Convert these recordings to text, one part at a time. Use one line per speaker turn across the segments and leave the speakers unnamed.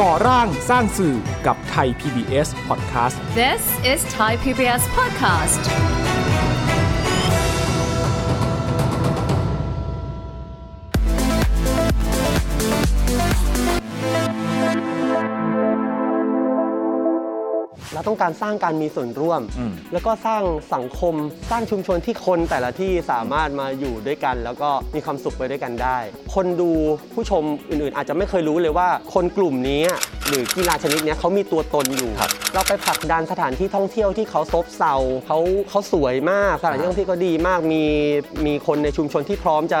ก่อร่างสร้างสื่อกับไทย PBS Podcast
This is Thai PBS Podcast
เราต้องการสร้างการมีส่วนร่วม แล้วก็สร้างสังคมสร้างชุมชนที่คนแต่ละที่สามารถมาอยู่ด้วยกัน แล้วก็มีความสุขไปด้วยกันได้ คนดูผู้ชมอื่นๆ อาจจะไม่เคยรู้เลยว่า คนกลุ่มนี้หรือกีฬาชนิดเนี้ยเขามีตัวตนอยู่ เราไปผลักดันสถานที่ท่องเที่ยวที่เขาซบเซาเขาเขาสวยมากสถานที่ท่องเที่ยวก็ดีมากมีมีคนในชุมชนที่พร้อมจะ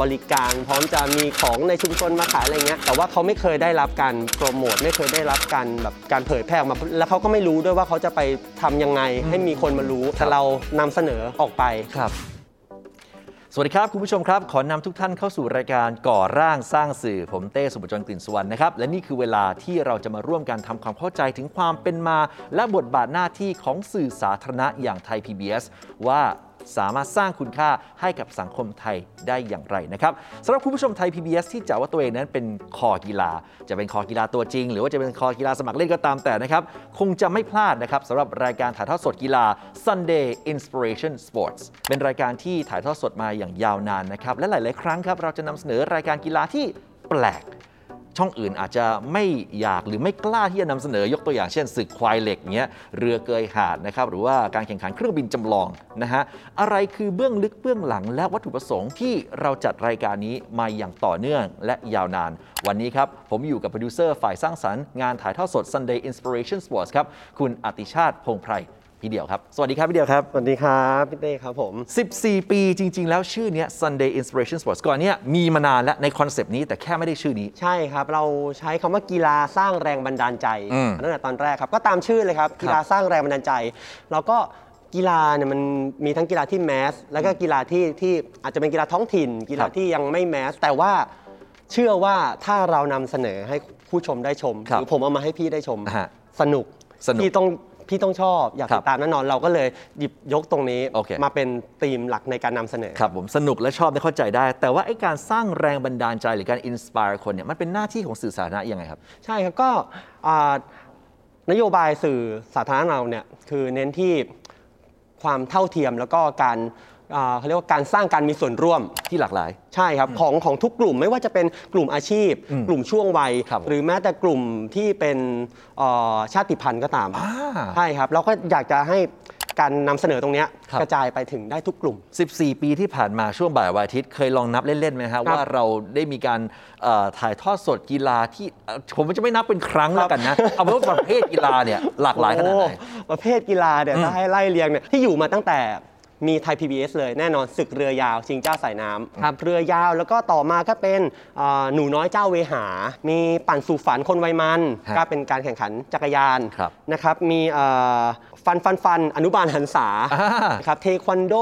บริการ พร้อมจะมีของในชุมชนมาขายอะไรเงี้ยแต่ว่าเขาไม่เคยได้รับการโปรโมทไม่เคยได้รับการแบบการเผยแพร่ออกมาแล้วเขาก็ไม่รู้ด้วยว่าเขาจะไปทำยังไงให้มีคนมารู้แต่เรานำเสนอออกไป
ครับ สวัสดีครับ คุณผู้ชมครับ ขอนำทุกท่านเข้าสู่รายการก่อร่างสร้างสื่อ ผมเต้สุบจรกลิ่นสุวรรณนะครับ และนี่คือเวลาที่เราจะมาร่วมกันทำความเข้าใจถึงความเป็นมา และบทบาทหน้าที่ของสื่อสาธารณะอย่างไทย PBS ว่าสามารถสร้างคุณค่าให้กับสังคมไทยได้อย่างไรนะครับสำหรับคุณผู้ชมไทย PBS ที่จะว่าตัวเองนั้นเป็นคอกีฬา จะเป็นคอกีฬาตัวจริง หรือว่าจะเป็นคอกีฬาสมัครเล่นก็ตามแต่นะครับ คงจะไม่พลาดนะครับสำหรับรายการถ่ายทอดสดกีฬา Sunday Inspiration Sports เป็นรายการที่ถ่ายทอดสดมาอย่างยาวนานนะครับ และหลาย ๆ ครั้งครับ เราจะนำเสนอรายการกีฬาที่แปลก ช่องอื่นอาจจะไม่อยากหรือไม่กล้าที่จะนำเสนอยกตัวอย่างเช่นศึกควายเหล็กเนี้ยเรือเกยหาดนะครับหรือว่าการแข่งขันเครื่องบินจำลองนะฮะอะไรคือเบื้องลึกเบื้องหลัง และวัตถุประสงค์ที่เราจัดรายการนี้มาอย่างต่อเนื่องและยาวนาน วันนี้ครับ ผมอยู่กับโปรดิวเซอร์ฝ่ายสร้างสรรค์งานถ่ายทอดสด Sunday Inspiration Sports ครับ คุณอติชาติพงไพรพี่เดียวครับ สวัสดีครับพี่เดียวครับ
สวัสดีครับพี่เต้ครับผม
14 ปีจริง ๆ แล้วชื่อเนี้ย Sunday Inspiration Sports ก่อนเนี้ยมีมานานแล้วในคอนเซปต์นี้แต่แค่ไม่ได้ชื่อนี้
ใช่ครับ เราใช้คำว่ากีฬาสร้างแรงบันดาลใจ
อืม
ตั้งแต่ตอนแรกครับ ก็ตามชื่อเลยครับ กีฬาสร้างแรงบันดาลใจ แล้วก็กีฬาเนี่ยมันมีทั้งกีฬาที่แมส แล้วก็กีฬาที่ที่อาจจะเป็นกีฬาท้องถิ่น กีฬา
ครับ
ที่ยังไม่แมส แต่ว่าเชื่อว่าถ้าเรานำเสนอให้ผู้ชมได้ชม
ครั
ห
บ
รือผมเอามาให้พี่ได้ชม
อ่าฮะ
สนุก
สนุก
พี่ต้องพี่ต้องชอบอยาก
ครับ
ติดตามแน่นอนเราก็เลยหยิบยกตรงนี้
โอเค
มาเป็นธีมหลักในการนำเสนอ
ครับผมสนุกและชอบได้เข้าใจได้ แต่ว่าไอ้การสร้างแรงบันดาลใจหรือการอินสปายคนเนี่ยมันเป็นหน้าที่ของสื่อสาธารณะยังไงครับ
ใช่ครับก็อ่านโยบายสื่อสาธารณะเราเนี่ยคือเน้นที่ความเท่าเทียมแล้วก็การอ่าเขาเรียกว่าการสร้างการมีส่วนร่วม
ที่หลากหลาย
ใช่ครับของของทุกกลุ่มไม่ว่าจะเป็นกลุ่มอาชีพ กลุ่มช่วงวัย
ครับผม
หรือแม้แต่กลุ่มที่เป็นเอ่อชาติพันธุ์ก็ตาม
อ่า
ใช่ครับเราก็อยากจะให้การนำเสนอตรงเนี้ย
ครับ
กระจายไปถึงได้ทุกกลุ่ม
14 ปีที่ผ่านมาช่วงบ่ายวันอาทิตย์เคยลองนับเล่นๆไหมฮะว่าเราได้มีการเอ่อถ่ายทอดสดกีฬาที่เอ่อผมจะไม่นับเป็นครั้งแล้วกัน นะเอาเป็นว่าประเภทกีฬาเนี่ยหลากหลายขนาดไหน
โอ้ประเภทกีฬาเนี่ยถ้าให้ไล่เรียงเนี่ยที่อยู่มาตั้งแต่มีไทย PBS เลยแน่นอนศึกเรือยาวชิงเจ้าสายน้ำครับเรือยาวแล้วก็ต่อมาก็เป็นอ่าหนูน้อยเจ้าเวหา มีปั่นสู่ฝันคนวัยมัน
ฮะ
ก็เป็นการแข่งขันจักรยาน
ครับ
นะครับมีอ่าฟันฟันฟันอนุบาลหันษา
อ่า
ครับเทควันโด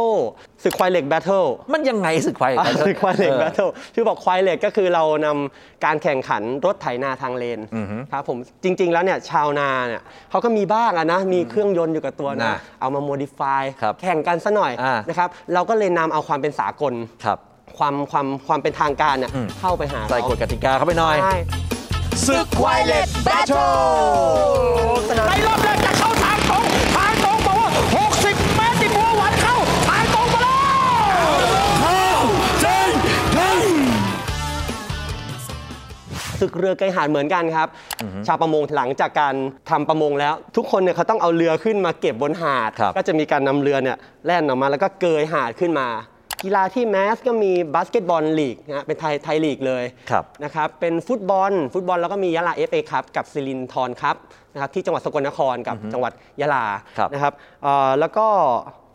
ศึกควายเหล็กแบทเทิล
มันยังไงสึกไฟ
อ่ะ
กันถะ
คือควายเหล็กแบทเทิลชื่อบอกควายเหล็กก็คือเรานำการแข่งขันรถไถนาทางเลนครับผมจริง ๆ แล้วเนี่ยชาวนาเนี่ยเขาก็มีบ้างอะนะ มีเครื่องยนต์อยู่กับตัวนะ
นะ
เอามาโมดิฟาย
ครับ
แข่งกันซะหน่อย
อ่า
นะครับ เราก็เลยนำเอาความเป็นสากล
ครับ
ความความความเป็นทางการเนี่ย
อืม
เข้าไปหา
ใส่กฎกติกาเข้าไปหน่อย
ใช่
ศึกไวเลสแบทเทิลในรอบแรกจะเข้าทางตรง ทางตรงบอกว่า 60 เมตรที่บัวหวันเข้า ทางตรงมาแล้ว
ศึกเรือไกลหาดเหมือนกันครับ ชาวประมงหลังจากการทำประมงแล้ว ทุกคนเนี่ยเขาต้องเอาเรือขึ้นมาเก็บบนหาด
ครับ
ก็จะมีการนำเรือเนี่ยแล่นออกมาแล้วก็เกยหาดขึ้นมา กีฬาที่แมสก็มีบาสเกตบอลลีกนะฮะเป็นไทยไทยลีกเลย
ครับ
นะครับเป็นฟุตบอล ฟุตบอลแล้วก็มียะลาเอฟเอครับกับซิลินทรครับนะครับที่จังหวัดสกลนครกับจังหวัดยะลา
ครับ
นะครับเอ่อแล้วก็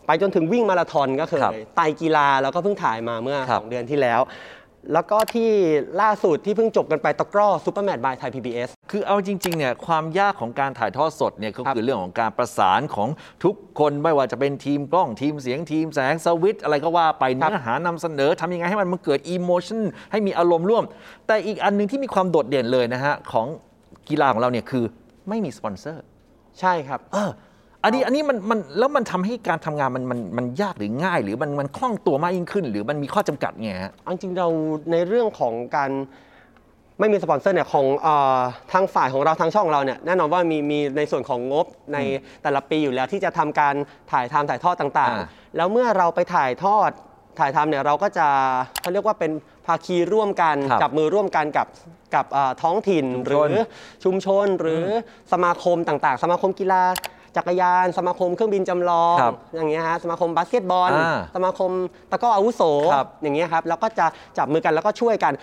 ไปจนถึงวิ่งมาราธอนก็เค
ครับ
ยไตรกีฬาแล้วก็เพิ่งถ่ายมาเมื่อ
ครั
ส
บ
องเดือนที่แล้ว แล้วก็ที่ล่าสุดที่เพิ่งจบกันไปตะกร้อซูเปอร์แมตช์บายไทย PBS
คือเอาจริงๆเนี่ยความยากของการถ่ายทอดสดเนี่ยก็
ครับ
คือเรื่องของการประสานของทุกคนไม่ว่าจะเป็นทีมกล้องทีมเสียงทีมแสงสวิตช์อะไรก็ว่าไป
ครับ
เนื้อหานำเสนอทำยังไงให้มันมันเกิดอีโมชันให้มีอารมณ์ร่วม แต่อีกอันหนึงที่มีความโดดเด่นเลยนะฮะ ของกีฬาของเราเนี่ยคือไม่มีสปอนเซอร์
ใช่ครับ
เอออันนี้อันนี้มันมันแล้วมันทำให้การทำงานมันมันมันยากหรือง่าย หรือมันมันคล่องตัวมากยิ่งขึ้น หรือมันมีข้อจำกัดไงฮะ
อันจริงเราในเรื่องของการ ไม่มีสปอนเซอร์เนี่ยของเออทางฝ่ายของเราทางช่องเราเนี่ยแน่นอนว่ามีมีในส่วนของงบในแต่ละปีอยู่แล้วที่จะทำการถ่ายทำถ่ายทอดต่าง
อ่า
ๆ แล้วเมื่อเราไปถ่ายทอดถ่ายทำเนี่ยเราก็จะเขาเรียกว่าเป็นภาคีร่วมกัน
ครับ
จับมือร่วมกันกับกับเอ่อท้องถิ่นหรือชุมชนหรืออสมาคมต่างๆ สมาคมกีฬาจักรยาน สมาคมเครื่องบินจำลอง
ครับ
อย่างเงี้ยฮะสมาคมบาสเกตบอล
อ่า
สมาคมตะกร้ออาวุโส
ครับ
อย่างเงี้ยครับแล้วก็จะจับมือกันแล้วก็ช่วยกัน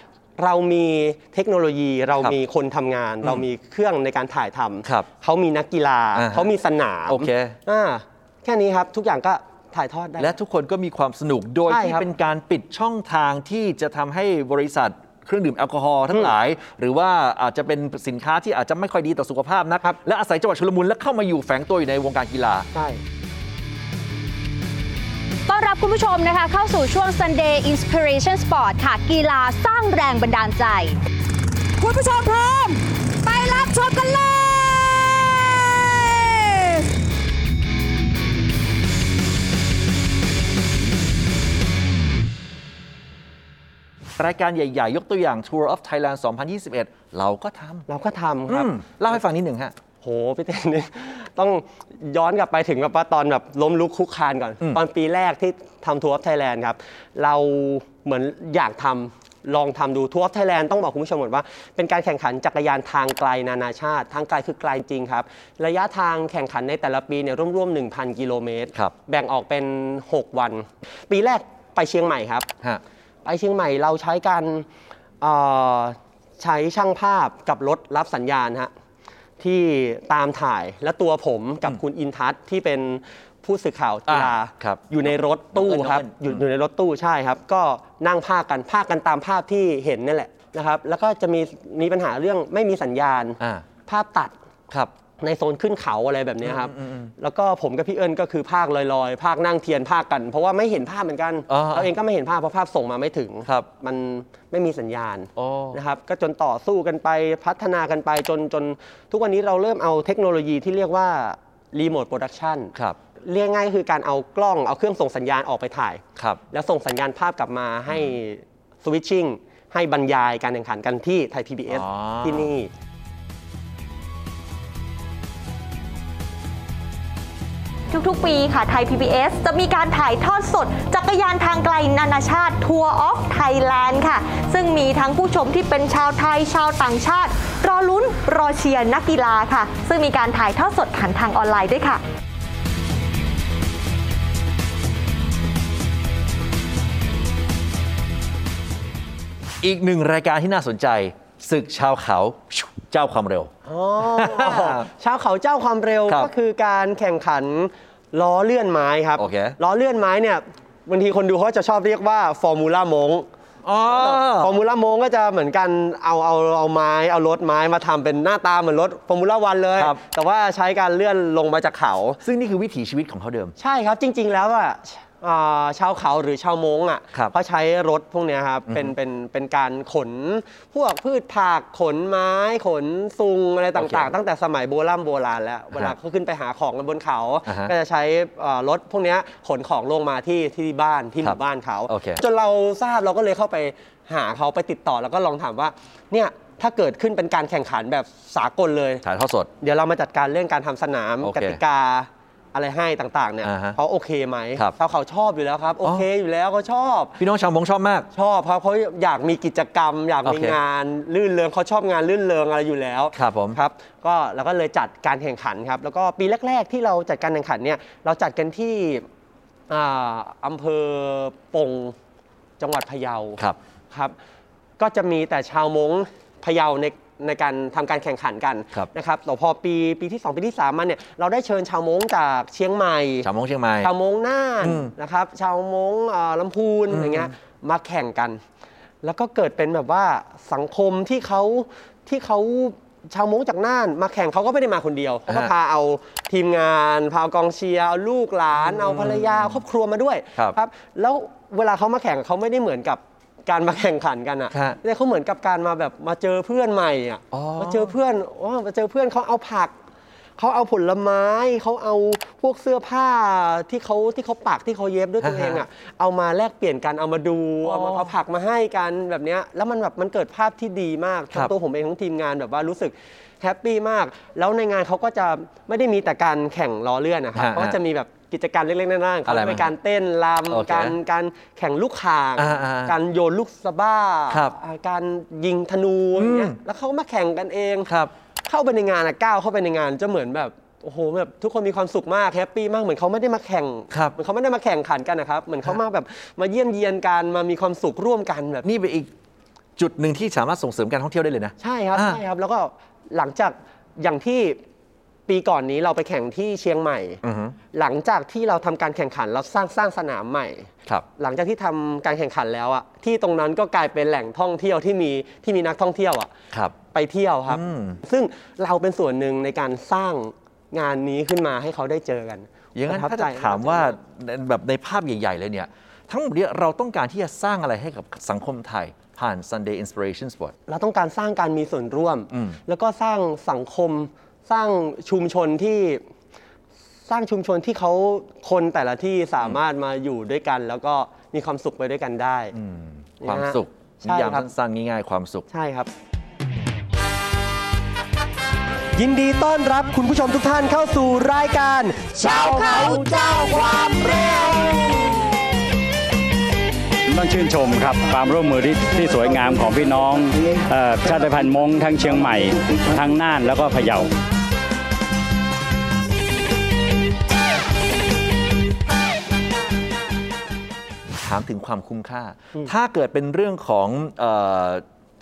เรามีเทคโนโลยี เรามีคนทำงาน เรามีเครื่องในการถ่ายทำ
ครับ
เขามีนักกีฬา
อ่าฮะ
เขามีสนาม
โอเค
อ่าแค่นี้ครับ ทุกอย่างก็ถ่ายทอดได้
และทุกคนก็มีความสนุกโดย
ใช่
ที่
ครับ
เป็นการปิดช่องทางที่จะทำให้บริษัทเครื่องดื่มแอลกอฮอล์ทั้งหลาย หรือว่าอาจจะเป็นสินค้าที่อาจจะไม่ค่อยดีต่อสุขภาพนะครับ และอาศัยจังหวะชุลมุนและเข้ามาอยู่แฝงตัวอยู่ในวงการกีฬา
ใช่
ต้อนรับคุณผู้ชมนะคะ เข้าสู่ช่วง Sunday Inspiration Sport ค่ะ กีฬาสร้างแรงบันดาลใจ คุณผู้ชมพร้อม ไปรับชมกันเลย
รายการใหญ่ ๆ ยกตัวอย่าง Tour of Thailand 2021 เราก็ทำ
เราก็ทำค
อื
รับ
มเล่าให้ฟังนิดหนึ่งฮะ
โหพี่เต้นี่ ต้องย้อนกลับไปถึงแบบว่าตอนแบบล้มลุกคลุกคลานก่อน
อืม
ตอนปีแรกที่ทำทัวร์ออฟไทยแลนด์ครับ เราเหมือนอยากทำลองทำดูทัวร์ออฟไทยแลนด์ต้องบอกคุณผู้ชมก่อนว่า เป็นการแข่งขันจักรยานทางไกลนานาชาติ ทางไกลคือไกลจริงครับ ระยะทางแข่งขันในแต่ละปีเนี่ยร่วมๆ 1,000 กิโลเมตร
ครับ
แบ่งออกเป็น 6 วัน ปีแรกไปเชียงใหม่ครับ
ฮะ
ไปเชียงใหม่เราใช้การเอ่อใช้ช่างภาพกับรถรับสัญญาณฮะที่ตามถ่ายและตัวผมกับคุณอินทัศน์ที่เป็นผู้สื่อข่าวกีฬา
อ่าครับ
อยู่ในรถตู้ครับ
น้อง
อ
เอิญ
ยู่
อืม
อยู่ในรถตู้ใช่ครับ ก็นั่งภาคกันภาคกันตามภาพที่เห็นนี่แหละนะครับ แล้วก็จะมีมีปัญหาเรื่องไม่มีสัญญาณ
อ่า
ภาพตัด
ครับ
ในโซนขึ้นเขาอะไรแบบเนี้ยครับ
อืมอืมอืม
แล้วก็ผมกับพี่เอิญก็คือภาคลอยๆ ภาคนั่งเทียนภาคกัน เพราะว่าไม่เห็นภาพเหมือนกัน
อ่า
เราเองก็ไม่เห็นภาพเพราะภาพส่งมาไม่ถึง
ครับ
มันไม่มีสัญญาณ
อ๋อ
นะครับ ก็จนต่อสู้กันไปพัฒนากันไปจนจนทุกวันนี้เราเริ่มเอาเทคโนโลยีที่เรียกว่ารีโมทโปรดักชัน
ครับ
เรียกง่ายๆคือการเอากล้องเอาเครื่องส่งสัญญาณออกไปถ่าย
ครับ
แล้วส่งสัญญาณภาพกลับมาให้สวิตชิ่งให้บรรยายการแข่งขันกันที่ไทย PBS
อ๋อ
ที่นี่
ทุกๆ ปีค่ะ ไทย PBS จะมีการถ่ายทอดสด จักรยานทางไกลนานาชาติทัวร์ออฟไทยแลนด์ค่ะ ซึ่งมีทั้งผู้ชมที่เป็นชาวไทยชาวต่างชาติ รอลุ้น รอเชียร์นักกีฬาค่ะ ซึ่งมีการถ่ายทอดสดผ่านทางออนไลน์ด้วยค่ะ
อีกหนึ่งรายการที่น่าสนใจศึกชาวเขาเจ้าความเร็ว
ชาวเขาเจ้าความเร็ว
ครับ
ก็คือการแข่งขันล้อเลื่อนไม้ครับ
โอเค
ล้อเลื่อนไม้เนี่ยบางทีคนดูเขาจะชอบเรียกว่าฟอร์มูล่ามง
อ๋อ
ฟอร์มูล่ามงก็จะเหมือนกันเอาเอาเอาไม้เอารถไม้มาทำเป็นหน้าตาเหมือนรถฟอร์มูล่าวันเลย
ครับ
แต่ว่าใช้การเลื่อนลงมาจากเขา
ซึ่งนี่คือวิถีชีวิตของเขาเดิม
ใช่ครับจริง ๆ แล้วอ่ะอ่าชาวเขาหรือชาวมงอ่ะ
ครับ
เขาใช้รถพวกเนี้ยครับเป็นเป็นเป็นการขน พวกพืชผักขนไม้ ขนซุงอะไรต่าง
โอเค
ๆ ตั้งแต่สมัยโบราณโบราณแล้วเวลาเขาขึ้นไปหาของกันบนเขา
อ่าฮะ
ก็จะใช้อ่ารถพวกเนี้ยขนของลงมาที่ที่บ้านที่ห
ครับ
มู่บ้านเขา
โอเค
จนเราทราบเราก็เลยเข้าไปหาเขาไปติดต่อแล้วก็ลองถามว่าเนี่ยถ้าเกิดขึ้นเป็นการแข่งขันแบบสากลเลย
ถ่ายทอดสด
เดี๋ยวเรามาจัดการเรื่องการทำสนาม
โอเค
กติกาอะไรให้ต่างๆเนี่ย
อ่าฮะ
เขาโอเคไหม
ครับ
เขาเขาชอบอยู่แล้วครับโอเคอยู่แล้วเขาชอบ
พี่น้องชาวมงชอบมาก
ชอบเพราะเขาอยากมีกิจกรรม อยากมี
โอเค
งานลื่นเริงเขาชอบงานลื่นเริงอะไรอยู่แล้ว
ครับผม
ครับก็เราก็เลยจัดการแข่งขันครับ แล้วก็ปีแรก ๆ ที่เราจัดการแข่งขันเนี่ยเราจัดกันที่อ่าอำเภอปงจังหวัดพะเยา
ครับ
ครับ ก็จะมีแต่ชาวมงพะเยาในในการทำการแข่งขันกัน
ครับ
นะครับแต่พอปีปีที่ 2 ปีที่ 3 มาเนี่ยเราได้เชิญชาวมงจากเชียงใหม่
ชาวมงเชียงใหม่
ชาวมงน่าน
อืม
นะครับ ชาวมงเอ่อลำพูน
อืม
อะไรเงี้ยมาแข่งกัน แล้วก็เกิดเป็นแบบว่าสังคมที่เขาที่เขาชาวมงจากน่านมาแข่งเขาก็ไม่ได้มาคนเดียวเขาก็
อ่าฮะ
พาเอาทีมงาน พาเอากองเชียร์เอาลูกหลาน เอาภรรยาเอาครอบครัวมาด้วย
ครับ
ครับ แล้วเวลาเขามาแข่งเขาไม่ได้เหมือนกับการมาแข่งขันกันอ่ะ
ฮะ
แต่เขาเหมือนกับการมาแบบมาเจอเพื่อนใหม่อ่ะ
อ๋อ
มาเจอเพื่อนอ๋อมาเจอเพื่อนเขาเอาผัก เขาเอาผลไม้เขาเอา พวกเสื้อผ้าที่เขาที่เขาปักที่เขาเย็บด้วยตัวเองอ่ะเอามาแลกเปลี่ยนกันเอามาดูเอามาเอาผักมาให้กันแบบเนี้ยแล้วมันแบบมันเกิดภาพที่ดีมาก
ครั
ทั้
บ
งตัวผมเองทั้งทีมงานแบบว่ารู้สึกแฮปปี้มาก แล้วในงานเขาก็จะไม่ได้มีแต่การแข่งล้อเลื่อนนะครับ
ฮะ
เขาก็จะมีแบบกิจกรรมเล็กๆน้อยๆ
อะไร
เขา
บ้าง
เป็นการเต้นร
โอ
ำ
เค
การการแข่งลูกข่าง
อ่าอ่า
การโยนลูกสะบ้า
ครับ
อ่าการยิงธนูอย่างเงี้ย
อืม
แล้วเขาก็มาแข่งกันเอง
ครับ
เข้าไปในงานอะก้าวเข้าไปในงานจะเหมือนแบบโอ้โหแบบทุกคนมีความสุขมากแฮปปี้มากเหมือนเขาไม่ได้มาแข่ง
ครับ
เหมือนเขาไม่ได้มาแข่งขันกันนะครับเหมือนเขามาแบบมาเยี่ยมเยียนกันมามีความสุขร่วมกันแบบ
นี่เป็นอีกจุดหนึ่งที่สามารถส่งเสริมการท่องเที่ยวได้เลยนะ
ใช่ครับ
อ่า
ใช่ครับ แล้วก็หลังจากอย่างที่ปีก่อนนี้เราไปแข่งที่เชียงใหม่
อือฮึ
หลังจากที่เราทำการแข่งขันเราสร้างสร้างสนามใหม่
ครับ
หลังจากที่ทำการแข่งขันแล้วอะที่ตรงนั้นก็กลายเป็นแหล่งท่องเที่ยวที่มีที่มีนักท่องเที่ยวอะ
ครับ
ไปเที่ยวครับ
อืม
ซึ่งเราเป็นส่วนหนึ่งในการสร้างงานนี้ขึ้นมาให้เขาได้เจอกัน
อย่างนั้น
ประทั
ถ้า
บใจ
จะถามว่าแบบในภาพใหญ่ ๆ เลยเนี่ย ทั้งหมดเนี้เราต้องการที่จะสร้างอะไรให้กับสังคมไทย ผ่าน Sunday Inspiration Spot
เราต้องการสร้างการมีส่วนร่วม
อืม
แล้วก็สร้างสังคม สร้างชุมชนที่สร้างชุมชนที่เขาคนแต่ละที่สามารถมาอยู่ด้วยกัน แล้วก็มีความสุขไปด้วยกันได้
ความ
นะฮะ
สุข
ใช่
นิยาม
ครับ
สั้นๆง่ายๆความสุข
ใช่ครับ ยินดีต้อนรับคุณผู้ชมทุกท่านเข้าสู่รายการ
ชาวเขาเจ้าความเร็ว
ต้องชื่นชมครับความร่วมมือที่ที่สวยงามของพี่น้องเออชาติพันธุ์มงค์ทั้งเชียงใหม่ ทั้งน่านแล้วก็พะเยา
ถามถึงความคุ้มค่า ถ้าเกิดเป็นเรื่องของเออ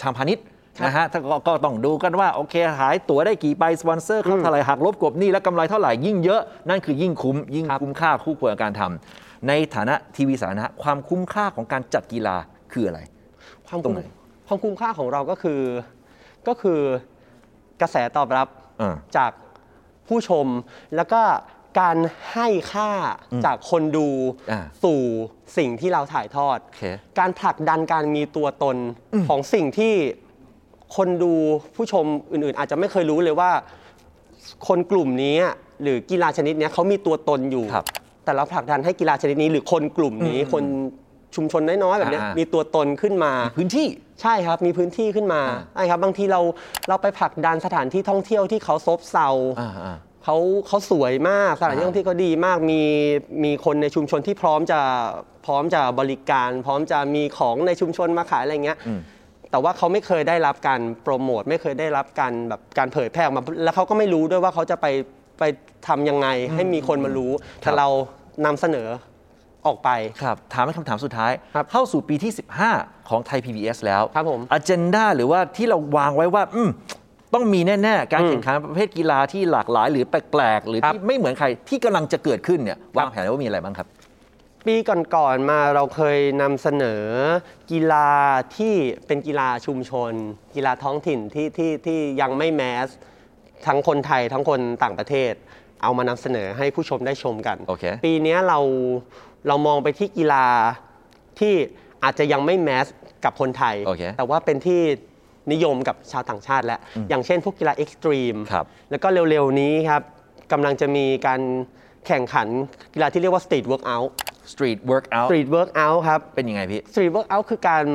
ทางพาณิชย์นะฮะถ้าก็ก็ต้องดูกันว่า โอเคหายตั๋วได้กี่ใบสปอนเซอร์เขาเท่าไหร่หักลบกบหนี้และกำไรเท่าไหร่ยิ่งเยอะ นั่นคือยิ่งคุ้ม ยิ่งคุ้มค่าคู่ควรกับการทำในฐานะทีวีสาธารณะความคุ้มค่าของการจัดกีฬาคืออะไร
ความ
ตร
คุ้
ง
ม
ไหน
ความคุ้มค่าของเราก็คือ ก็คือกระแสตอบรับ
อ่า
จากผู้ชม แล้วก็การให้ค่าจากคนดู
อ่า
สู่สิ่งที่เราถ่ายทอด
โอเค
การผลักดันการมีตัวตนของสิ่งที่คนดูผู้ชมอื่นๆ อาจจะไม่เคยรู้เลยว่า คนกลุ่มนี้หรือกีฬาชนิดเนี้ยเขามีตัวตนอยู่
ครับ
แต่เราผลักดันให้กีฬาชนิดนี้ หรือคนกลุ่มนี้คนชุมชนน้อยๆแบบเนี้ย
อ่ามี
มีตัวตนขึ้นมา
พื้นที่
ใช่ครับ มีพื้นที่ขึ้นมา
อ่า
ใช่ครับ บางทีเราเราไปผลักดันสถานที่ท่องเที่ยวที่เขาซบเซา
อ่าอ่า
เขาเขาสวยมากสถานที่
อ่า
ท่องเที่ยวเขาดีมากมีมีคนในชุมชนที่พร้อมจะพร้อมจะบริการ พร้อมจะมีของในชุมชนมาขายอะไรเงี้ย
อืม
แต่ว่าเขาไม่เคยได้รับการโปรโมทไม่เคยได้รับการแบบการเผยแพร่ออกมาแล้วเขาก็ไม่รู้ด้วยว่าเขาจะไปไปทำยังไงให้มีคนมารู้ แต่เรานำเสนอออกไป
ครับ ถามเป็นคำถามสุดท้าย
ครับ
เข้าสู่ปีที่ 15 ของไทย PBS แล้ว
ครับผม
อเจนดาหรือว่าที่เราวางไว้ว่า อืมต้องมีแน่ ๆ การ
อืม
แข่งขันประเภทกีฬาที่หลากหลาย หรือแปลก ๆ หรือ
ครับ
ที่ไม่เหมือนใครที่กำลังจะเกิดขึ้นเนี่ย
ครั
วา
บ
งแผนไว้ว่ามีอะไรบ้างครับ
ปีก่อนๆมาเราเคยนำเสนอกีฬาที่เป็นกีฬาชุมชน กีฬาท้องถิ่นที่ที่ที่ยังไม่แมส ทั้งคนไทยทั้งคนต่างประเทศ เอามานำเสนอให้ผู้ชมได้ชมกัน
โอเค
ปีเนี้ยเราเรามองไปที่กีฬาที่อาจจะยังไม่แมสกับคนไทย
โอเค
แต่ว่าเป็นที่นิยมกับชาวต่างชาติแล้วอย่างเช่นพวกกีฬาเอ็กซ์ตรีม
ครับ
แล้วก็เร็วๆนี้ครับกำลังจะมีการแข่งขันกีฬาที่เรียกว่าสตรีทเวิร์กอัล
Street Workout
สตรีทเวิร์กอัลครับ
เป็นยังไงพี่
สตรีทเวิร์กอัลคือการ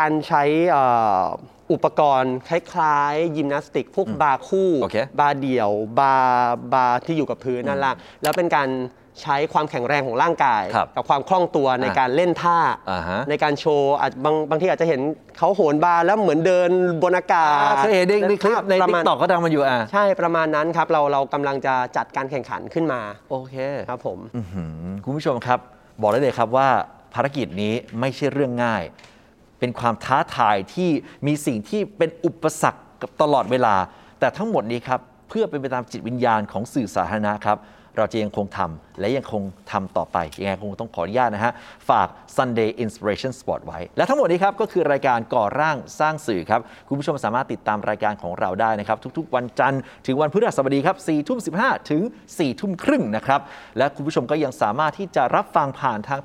การใช้เอ่ออุปกรณ์ คล้ายๆยิมนาสติก พวกบาร์คู่
โอเค
บาร์เดี่ยว บาร์บาร์ที่อยู่กับพื้นนั่นแหละแล้วเป็นการใช้ความแข็งแรงของร่างกาย
ครับ
กับความคล่องตัวใน
อ่ะ
การเล่นท่า
อ่าฮะ
ในการโชว์อาจบางบางทีอาจจะเห็นเขาโหนบาร์แล้วเหมือนเดินบนอากาศ
เคยเห็นในในคลิปใน
ประ
ติ๊
มาณ
กต็อกก็ดังมาอยู่อ่ะ
ใช่ประมาณนั้นครับ เราเรากำลังจะจัดการแข่งขันขึ้นมา
โอเค
ค
ค
รั
รับบ
ผม
คุณผู้ชมครับ บอกได้เลยครับว่าภารกิจนี้ไม่ใช่เรื่องง่าย เป็นความท้าทายที่มีสิ่งที่เป็นอุปสรรคกับตลอดเวลา แต่ทั้งหมดนี้ครับ เพื่อเป็นไปตามจิตวิญญาณของสื่อสาธารณะครับ เราจะยังคงทำและยังคงทำต่อไปยังไงคงต้องขออนุญาตนะฮะ ฝาก Sunday Inspiration Spot ไว้ และทั้งหมดนี้ครับ ก็คือรายการก่อร่างสร้างสื่อครับ คุณผู้ชมสามารถติดตามรายการของเราได้นะครับ ทุกๆ วันจันทร์ถึงวันพฤหัสบดีครับ4ทุ่ม15 ถึง 4 ทุ่มครึ่งนะครับ และคุณผู้ชมก็ยังสามารถที่จะรับฟังผ่านทาง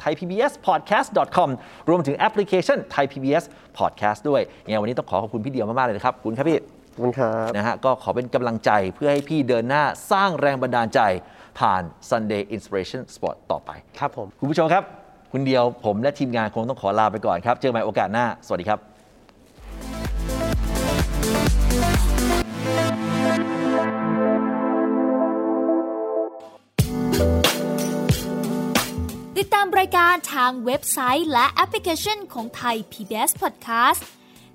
thaipbspodcast.com รวมถึงแอปพลิเคชัน Thai PBS Podcast ด้วยยังไงวันนี้ต้องขอขอบคุณพี่เดียวมาก ๆ เลยนะครับขอบคุณครับพี่
ขอบคุณครับ
นะฮะก็ขอเป็นกำลังใจเพื่อให้พี่เดินหน้าสร้างแรงบันดาลใจ ผ่าน Sunday Inspiration Sport ต่อไป
ครับผม
คุณผู้ชมครับ คุณเดียวผมและทีมงานคงต้องขอลาไปก่อนครับ เจอกันใหม่โอกาสหน้า สวัสดีครับ
ติดตามรายการทางเว็บไซต์และแอปพลิเคชันของไทย PBS Podcast